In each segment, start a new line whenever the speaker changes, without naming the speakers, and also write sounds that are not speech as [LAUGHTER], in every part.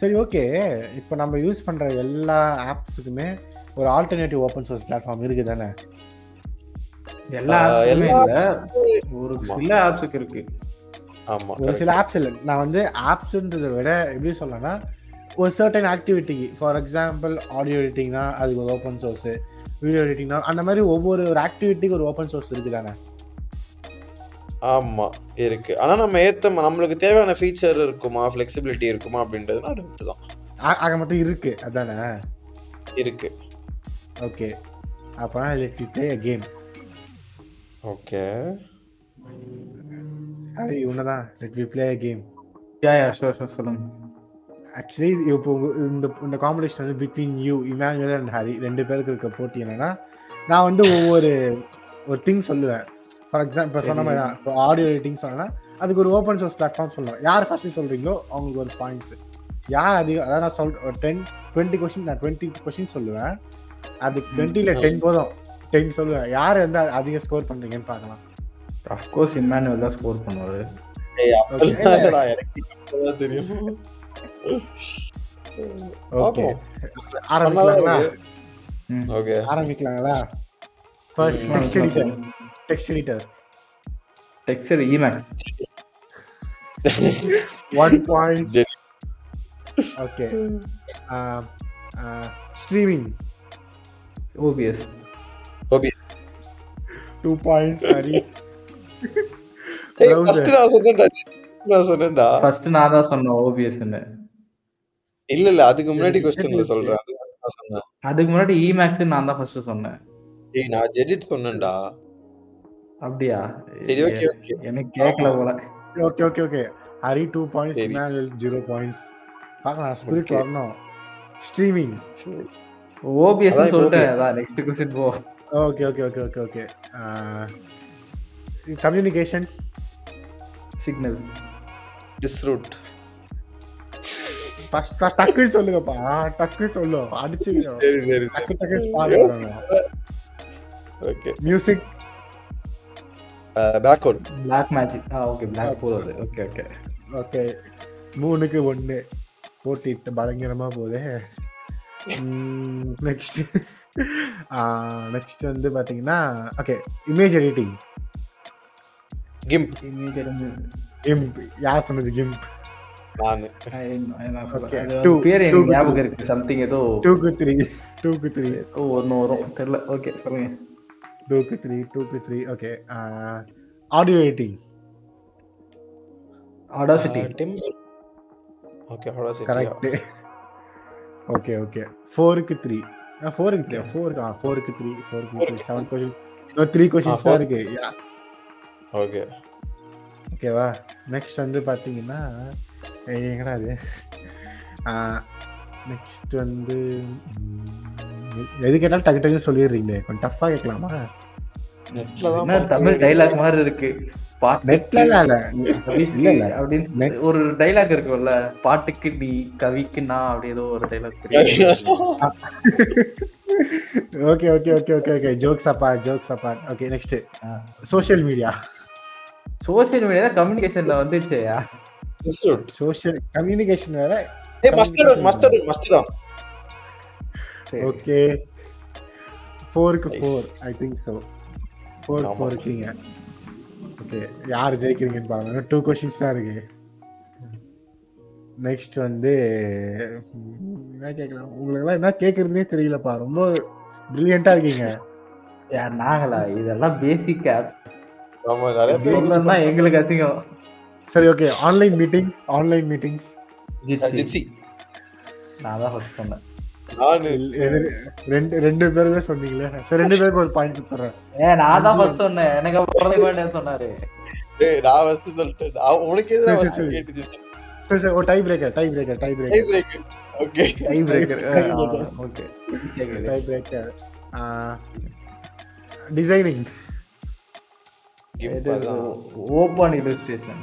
சரி ஓகே. இப்ப நம்ம யூஸ் பண்ற எல்லா ஆப்ஸுக்குமே ஒரு ஆல்டர்னேட்டிவ் ஓப்பன் சோர்ஸ் பிளாட்ஃபார்ம் இருக்கு தானே?
எல்லா
ஆ
ஆப்ஸுக்குமே
எல்லா
இல்ல. ஒரு
ஆமா.
சில ஆப்ஸுக்கு இருக்கு.
ஆமா.
ஒரு சில
கரெக்ட்.
ஆப்ஸ் இல்ல. நான் வந்து ஆப்ஸ்ன்றத விட எப்படி சொல்லலாம்னா, ஒரு சர்டன் ஆக்டிவிட்டிக்கு ஃபார் எக்ஸாம்பிள் ஆடியோ எடிட்டிங்னா அதுக்கு ஒரு ஓப்பன் சோர்ஸ். வீடியோ எடிட்டிங்னா அந்த மாதிரி ஒவ்வொரு ஒரு ஆக்டிவிட்டிக்கு ஒரு ஓப்பன் சோர்ஸ் இருக்கு தானே?
ஆமா. இருக்கு. ஆனா நம்ம ஏத்த நம்மளுக்கு தேவையான ஃபீச்சர் இருக்குமா? ஃப்ளெக்ஸிபிலிட்டி இருக்குமா? அப்படின்றதுனா டவுட் தான்.
ஆ ஆக மொத்தம் இருக்கு. அதானே?
இருக்கு.
ஓகே. அப்பனா let you play a game.
Okay.
அடேய் உன்னதான். Let you play a game.
Yeah, yeah. Sure, sure. சொல்லுங்க.
ஆக்சுவலி இப்போ உங்க- இந்த இந்த காம்படிஷன் வந்து between you Emmanuel and Hari 2 பேருக்கு இருக்க போட்டி என்னன்னா, நான் வந்து ஒவ்வொரு ஒரு திங் சொல்லுவேன். ஃபார் எக்ஸாம்பிள் இப்ப சொன்ன
சரி.
மாதிரி தான். இப்போ ஆடியோ எடிட்டிங் சொன்னேன்னா, அதுக்கு ஒரு ஓப்பன் சோர்ஸ் பிளாட்ஃபார்ம் சொல்லுவேன். யார் ஃபர்ஸ்ட் சொல்றீங்களோ அவங்களுக்கு ஒரு பாயிண்ட்ஸ். யார் அதிகம் அதாவது நான் சொல் ஒரு 10 20 கொஸ்டின் நான் 20 கொஸ்டின் சொல்லுவேன். அது 20ல
ஆ.
10 போதும். 10 சொல்லுவேன். யார் வந்து அதிக ஸ்கோர் பண்றீங்கன்னு பார்க்கலாம்.
ஆஃப் கோர்ஸ் இம்மானுவேல் தான் ஸ்கோர் பண்ணுவாரு.
ஏய்
Okay.
அப்பலாம்
[LAUGHS]
இல்லடா. எனக்கு அப்பதான் தெரியும்.
ஓகே.
பாப்போம்.
ஆரம்பிக்கலாங்களா?
ம்.
ஓகே.
ஆரம்பிக்கலாங்களா? ஃபர்ஸ்ட்
ம்.
Text editor. Text editor.
Texter Emacs.
One point
Geany.
Okay Um, uh, streaming
OBS.
ஓபி.
டூ பாயிண்ட்ஸ் ஹரி
ஏய்
Browser.
ஃபர்ஸ்ட் நான் சொன்னேன்டா. நான் சொன்னேன்டா.
ஃபர்ஸ்ட் நான் தான் சொன்னேன் ஓபிஎஸ்ன்னு.
இல்ல இல்ல. அதுக்கு முன்னாடி क्वेश्चनல
ஜெனி.
சொல்றேன். அதுக்கு முன்னாடி நான் சொன்னேன்.
அதுக்கு முன்னாடி இமேக்ஸ்ன்னு நான் தான் ஃபர்ஸ்ட் சொன்னேன்.
ஏய் நான் ஜெடிட் சொன்னேன்டா.
அப்படியா?
சரி ஓகே ஓகே.
எனக்கு கேட்கல போல.
Okay okay okay Hari two points
சரி.
இமானுவல் ஜீரோ பாயிண்ட்ஸ் பார்க்கலாம் ஸ்பிரிட்
Okay.
வரணும் ஸ்ட்ரீமிங்
சரி.
ஓபிஎஸ்
அதான் இப்ப
சொல்லிட்டேன்.
OBS.
அதான் நெக்ஸ்ட் கொஸ்டின் போ.
Okay okay okay okay okay Uh, communication
signal.
Disroot.
First டக்குன்னு சொல்லுங்கப்பா ஆ, டக்குன்னு சொல்லு அடிச்சுக்கிறோம்
சரி சரி.
டக்கு டக்கு spot
okay.
Music
backward.
Black magic. ஆ ஓகே. Black hole அது. Okay okay.
ஓகே மூணுக்கு ஒன்று போட்டி பயங்கரமாக போதே நெக்ஸ்ட் நெக்ஸ்ட் வந்து பார்த்தீங்கன்னா okay image editing
GIMP
image எடுத்து
கிம்ப் யார் சொன்னது கிம்ப்
நானு
Okay,
அது
two,
பேர்
two
எனக்கு
good
ஞாபகம் இருக்கு சம்திங் ஏதோ
டூக்கு த்ரீ டூக்கு த்ரீ
ஏதோ ஒண்ணு வரும் தெரியல ஓகே சொல்லுங்க
டூக்கு த்ரீ டூக்கு three okay audio editing
Audacity
Uh, temple okay ஹாலோசிட்டி
கரெக்ட் ஓகே ஓகே ஃபோருக்கு த்ரீ ஃபோருக்கு த்ரீ ஃபோருக்கு ஆ ஃபோருக்கு த்ரீ ஃபோருக்கு த்ரீ செவன் கொஷின் இன்னும் த்ரீ கொஷின்ஸ் தான் இருக்கு Yeah.
ஓகே
ஓகேவா நெக்ஸ்ட் வந்து பார்த்தீங்கன்னா ஏய், எங்கடா அது நெக்ஸ்ட் வந்து ம், எது கேட்டாலும் டக்கு டக்குன்னு சொல்லிடுறீங்களே கொஞ்சம் டஃப்பாக கேட்கலாமா
நெட்ல தான்
என்ன தமிழ் டைலாக் மாதிரி இருக்கு பாட்டு
நெட்ல இல்லை இல்ல, இல்ல.
அப்படின்னு
Net-
சொல்லி ஒரு டைலாக் இருக்கும்ல பாட்டுக்கு நீ கவிக்கு நான் அப்படி ஏதோ ஒரு dialogue
[LAUGHS] okay okay okay okay okay jokes அப்பா ஜோக்ஸ் அப்பா okay next social media
social media கம்யூனிகேஷன்ல வந்துச்சேயா
டிஸ்ரூட்
சோஷியல் கம்யூனிகேஷன் வேற
ஏய் மஸ்டர்ட் மஸ்டர்ட் மஸ்டர்ட்
சரி
ஓகே ஃபோருக்கு
Nice.
Four I think so four
ஆமா.
ஃபோர் இருக்கீங்க ஓகே யார் ஜெயிக்கிறீங்கன்னு பாருங்க டூ கொஷின்ஸ் தான் இருக்கு நெக்ஸ்ட் வந்து உம், என்ன கேட்கலாம் உங்களுக்குலாம் என்ன கேட்கறதுனே தெரியலப்பா ரொம்ப பிரில்லியண்டா இருக்கீங்க
யார் நாங்களா இதெல்லாம் பேசிக் ஆப்
ஆமா நிறைய பேர்
தான் எங்களுக்கு அசிங்கம்
சரி okay online meeting online meetings
Jitsi
Jitsi
நான் தான் ஃபர்ஸ்ட் சொன்னேன்
நானு
ரெண்டு ரெண்டு பேருமே சொன்னீங்களே சரி ரெண்டு பேருக்கு ஒரு பாயிண்ட் கொடுத்துறேன்
ஏ நான் தான் ஃபர்ஸ்ட் சொன்னேன் எனக்கு அப்புறம் சொன்னாரு
டேய் நான் வந்து சொல்லிட்டேன் நான் உனக்கு எதிரா
சரி, சரி,
வந்து
சரி.
கேட்டுச்சு
சரி சரி ஒரு tie breaker tie breaker tie
tie
breaker
break okay
tie breaker
Tie
okay
tie breaker designing
GIMP அதான்
ஓப்பன் இல்லஸ்ட்ரேஷன்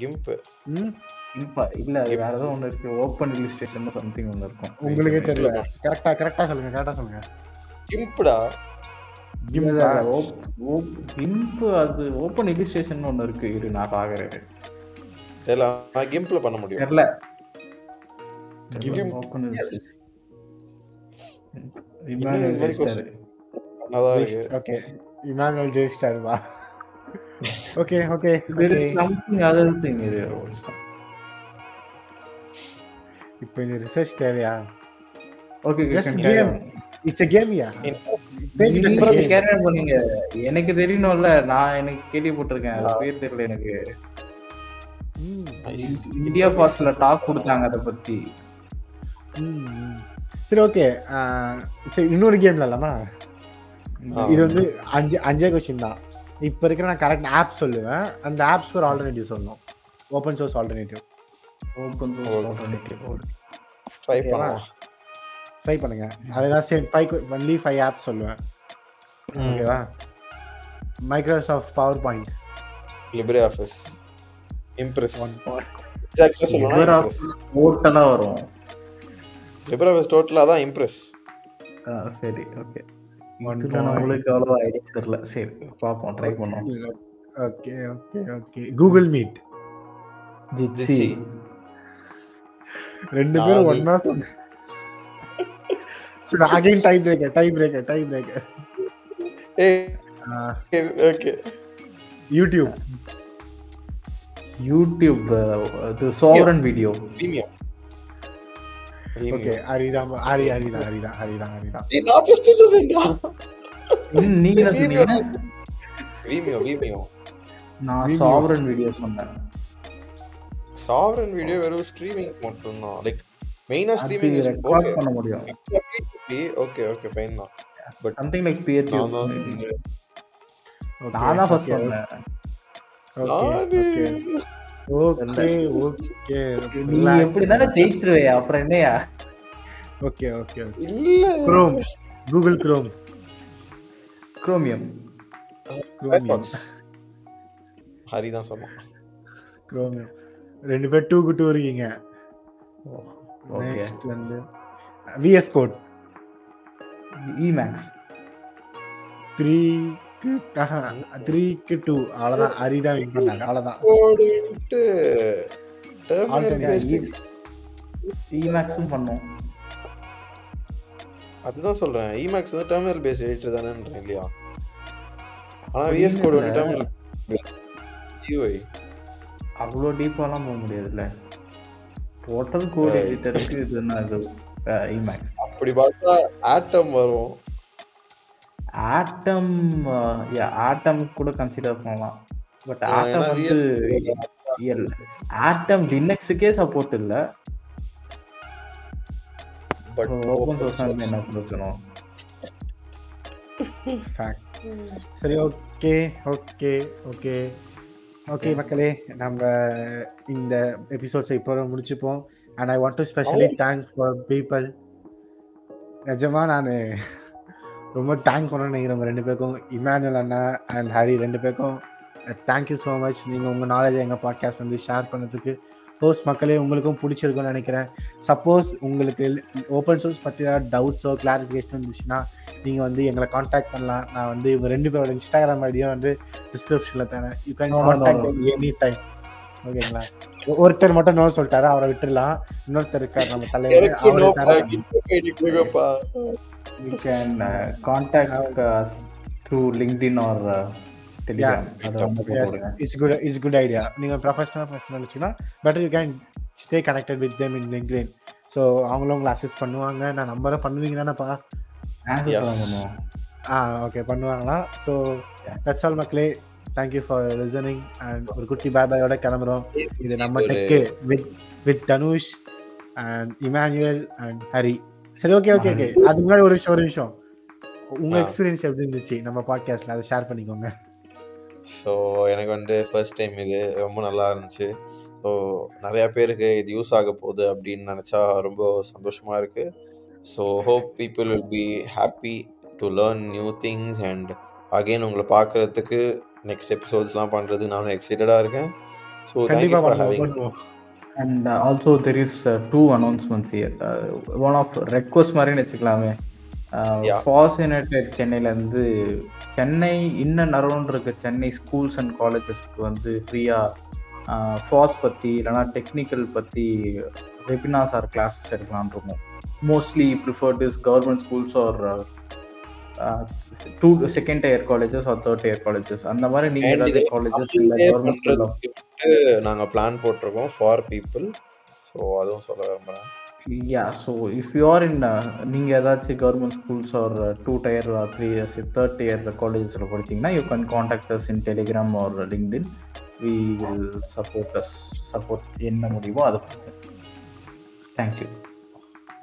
கிம்ப்
ம்
இம்பா இல்ல அது வேற ஏதோ ஒண்ணு இருக்கு ஓப்பன் இல்லஸ்ட்ரேஷன் சம்திங் ஒண்ணு இருக்கும்
உங்களுக்கே தெரியல கரெக்டா கரெக்டா சொல்லுங்க கரெக்டா சொல்லுங்க
கிம்ப்டா
கிம்பா?
கிம்ப் அது ஓப்பன் இல்லிஸ்ட்ரேஷன் ஒண்ணு இருக்கு இரு நான் பாக்குறேன்
தெரியல நான் கிம்ப்ல பண்ண முடியும்
தெரியல
Gimp.
ஓப்பன்
இது வரைக்கும் நல்லா இருக்கு
ஓகே இமானுவல் ஜெயிச்சிட்டாரு வா ஓகே ஓகே
[LAUGHS]
இப்போ இந்த ரிசர்ச் தேவையா Just game. இட்ஸ் எ கேமியா
Improvisation.
பண்ணீங்க எனக்கு தெரியணும்ல நான் எனக்கு கேள்விப்பட்டிருக்கேன் அது பேர் தெரியல எனக்கு இந்தியா ஃபாஸ்ட்ல டாக் கொடுத்தாங்க அதை பத்தி
சரி ஓகே சரி இன்னொரு கேம் இல்லாமா
ஆ.
இது வந்து அஞ்சு அஞ்சே கொஸ்டின் தான் இப்போ இருக்கிற நான் கரெக்ட் ஆப் சொல்லுவேன் அந்த ஆப்ஸ்க்கு ஒரு ஆல்டர்னேட்டிவ் சொல்லணும் open source alternative
open
Okay.
Source
try
ஓகேவா?
பண்ணலாம்
ட்ரை பண்ணுங்க அதுதான் same five only five app சொல்லுவேன்
Hmm.
ஓகேவா Microsoft PowerPoint
LibreOffice Impress
one
எக்ஸாக்டா சொல்லணும் இம்ப்ரெஸ்
ஓட்டலா வரும்
லிப்ரே ஆஃபீஸ் டோட்டலா தான் இம்ப்ரெஸ்
ஆ, சரி ஓகே
One
இதுல
point.
நம்மளுக்கு அவ்வளவா ஐடியா தெரியல சரி பாப்போம் ட்ரை பண்ணுவோம்
okay okay okay Google Meet
Jitsi
ரெண்டு பேரும்
நாலு.
ஒன்னா சொன்ன சரி again tie breaker tie breaker tie breaker
ஏய் ஓகே
யூடியூப்
யூடியூப் அஹ், இது சோவரன் வீடியோ
பிரீமியம்
ஓகே அரிதான் அரி அரிதான் அரிதான் அரிதான் அரிதான்
pues,
நீங்க என்ன சொன்னீங்க
வீமியோ வீமியோ
நான்
Vimeo.
சாவரன் வீடியோ சொன்னேன்
சாவரன் வீடியோ வெறும் ஸ்ட்ரீமிங் மட்டும்தான் லைக் மெயினா ஸ்ட்ரீமிங்
அது ரெக்கார்ட் பண்ண முடியும்
ஓகே ஓகே ஓகே ஃபைன் தான்
சம்திங் லைக் பியர்
நான் தான் சொன்னேன்.
நான் தான் ஃபர்ஸ்ட் சொன்னேன்
ஓகே
நானு.
ஓகே ஓகே
நீ எப்படினாலும் ஜெயிச்சிருவே அப்புறம் என்னையா
ஓகே ஓகே
இல்ல
Chrome Google Chrome
Chromium
Chrome
Hari தான் சொன்னான்
குரோம் ரெண்டு பேர் டூ டூ இருக்கீங்க
ஓகே
நெக்ஸ்ட் வந்து விஎஸ் கோட்
இமேக்ஸ்
த்ரீக்கு த்ரீக்கு டூ அவ்வளோதான் அரிதான் win பண்ணாங்க அவ்வளோதான்
போடுட்டு Terminator
Alternate.
Plastics.
இமேக்ஸும் பண்ணோம்
அதுதான் சொல்றேன் இமேக்ஸ் வந்து டெர்மினல் பேஸ் எடிட்டர் தானேன்றேன் இல்லையா ஆனா விஎஸ் கோட் வந்து டெர்மினல் யூஐ
அவ்வளோ டீப்பாலாம் போக முடியாதுல்ல டோட்டல் கோட் எடிட்டருக்கு இது என்ன இது இமேக்ஸ்
அப்படி பார்த்தா ஆட்டம் வரும்
ஆட்டம் ஆட்டம் கூட கன்சிடர் பண்ணலாம் பட்
ஆ,
ஆட்டம்
ஏன்னா
வந்து ஆட்டம் லினக்ஸுக்கே சப்போர்ட் இல்ல
பட்
ஓப்பன் சோர்ஸ் என்ன பிரச்சனை
ஃபேக்ட் சரி ஓகே ஓகே ஓகே ஓகே மக்களே நம்ம இந்த எபிசோட்ஸை இப்போ முடிச்சுப்போம் and I want to specially thank for people நிஜமா நான் ரொம்ப தேங்க் பண்ணணும்னு நினைக்கிறேன் ரெண்டு பேருக்கும் இமானுவல் அண்ணா அண்ட் ஹரி ரெண்டு பேருக்கும் தேங்க்யூ ஸோ மச் நீங்கள் உங்கள் நாலேஜை எங்கள் பாட்காஸ்ட் வந்து ஷேர் பண்ணதுக்கு சோர்ஸ் மக்களே உங்களுக்கும் பிடிச்சிருக்கும்னு நினைக்கிறேன் சப்போஸ் உங்களுக்கு ஓப்பன் சோர்ஸ் பற்றி ஏதாவது டவுட்ஸோ கிளாரிஃபிகேஷன் இருந்துச்சுன்னா நீங்கள் வந்து எங்களை காண்டாக்ட் பண்ணலாம் நான் வந்து இவங்க ரெண்டு பேரோட இன்ஸ்டாகிராம் ஐடியும் வந்து டிஸ்கிரிப்ஷனில் தரேன் you can
No, no,
contact
no.
Any time ஓகேங்களா ஒ- ஒருத்தர் மட்டும் நோ சொல்லிட்டாரு அவரை விட்டுடலாம் இன்னொருத்தர் இருக்கார் நம்ம தலைவர்
எனக்கு
அவரை
நோப்பா
தரேன்
கிட்ட கேடி கொடுங்கப்பா
you can contact us through LinkedIn or Telegram அது ரொம்ப போடுங்க
it's good it's good idea நீங்கள் ப்ரொஃபஷனல் ப்ரொஃபஷனல் வச்சுன்னா better you can stay connected with them in LinkedIn so அவங்களும் உங்களை அசிஸ்ட் பண்ணுவாங்க நான் நம்பரை பண்ணுவீங்க தானேப்பா
ஆன்சர்
Yes.
பண்ணுவோம்
ஆ ஓகே பண்ணுவாங்களா ஸோ தட்ஸ் ஆல் மக்களே தேங்க்யூ ஃபார் லிசனிங் அண்ட் ஒரு குட்டி பாபாயோட கிளம்புறோம் இது நம்ம
ஒரு-
tech with with Dhanush and Emmanuel and Hari சரி ஓகே ஓகே ஓகே அதுக்கு முன்னாடி ஒரு விஷயம் ஒரு விஷயம் உங்க
ஆ.
எக்ஸ்பீரியன்ஸ் எப்படி இருந்துச்சு நம்ம பாட்காஸ்ட்ல அதை ஷேர் பண்ணிக்கோங்க
ஸோ எனக்கு வந்து ஃபர்ஸ்ட் டைம் இது ரொம்ப நல்லா இருந்துச்சு ஸோ நிறையா பேருக்கு இது யூஸ் ஆக போகுது அப்படின்னு நினச்சா ரொம்ப சந்தோஷமாக இருக்குது so hope people will be happy to learn new things and again உங்களை பார்க்குறதுக்கு நெக்ஸ்ட் எபிசோட்ஸ்லாம் பண்ணுறது நானும் எக்ஸைட்டடாக இருக்கேன் ஸோ தேங்க்யூ
கண்டிப்பா
ஃபார்
பண்ணுவோம்,
ஹேவிங்
பண்ணுவோம்
and uh, also there is two announcements year one of request மாதிரி வச்சுக்கலாமே Uh,
Yeah.
ஃபாஸ் யுனைடெட் சென்னையிலேருந்து சென்னை இன்னும் நரவுன்னு இருக்க சென்னை ஸ்கூல்ஸ் அண்ட் காலேஜஸ்க்கு வந்து ஃப்ரீயாக ஃபாஸ் பற்றி இல்லைனா டெக்னிக்கல் பற்றி வெபினார்ஸ் ஆர் கிளாஸஸ் எடுக்கலாம்னு இருக்கோம் mostly preferred is government schools or uh, two second year colleges or third year colleges அந்த மாதிரி நீங்கள்
And
ஏதாவது
இது
காலேஜஸ் இல்லை
Appreciate
கவர்மெண்ட் ஸ்கூலில்
பண்றதுக்கு வந்துட்டு நாங்க பிளான் போட்டிருக்கோம் ஃபார் பீப்புள் ஸோ அதுவும் சொல்ல விரும்புறேன்
yeah so if you are in நீங்கள் ஏதாச்சும் government schools or two tier three years third year காலேஜஸில் படிச்சீங்கன்னா you can contact us in Telegram or LinkedIn we will support us support என்ன முடியுமோ அதை பண்ணுங்க thank you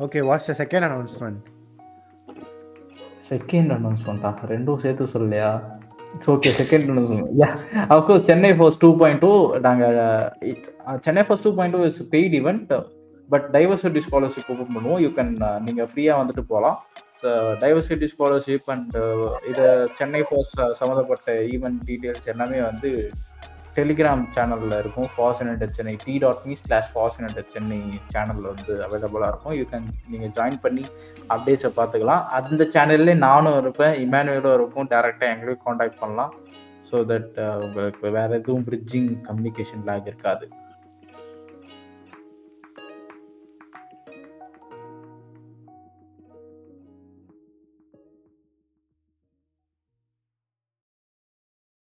okay what's the second announcement
second அனௌன்ஸ்மெண்ட்டா ரெண்டும் சேர்த்து சொல்லையா it's okay second announcement yeah of course Chennai first two point two நாங்கள் Chennai first two point two is paid event but diversity scholarship open பண்ணுவோம் uh, யூ கேன் நீங்கள் ஃப்ரீயாக வந்துட்டு போகலாம் டைவர்சிட்டி ஸ்காலர்ஷிப் அண்ட் இதை சென்னை ஃபர்ஸ்ட் uh, சம்மந்தப்பட்ட ஈவெண்ட் டீட்டெயில்ஸ் எல்லாமே வந்து டெலிகிராம் சேனலில் இருக்கும் fascinate Chennai T dot me slash fascinate Chennai சேனலில் வந்து அவைலபிளாக இருக்கும் யூ கேன் நீங்கள் ஜாயின் பண்ணி அப்டேட்ஸை பார்த்துக்கலாம் அந்த சேனல்லே நானும் இருப்பேன் இமானுவேலும் இருக்கும் டேரெக்டாக uh, எங்களையும் காண்டாக்ட் பண்ணலாம் ஸோ தட் உங்களுக்கு வேறு எதுவும் பிரிட்ஜிங் கம்யூனிகேஷன் லாக் இருக்காது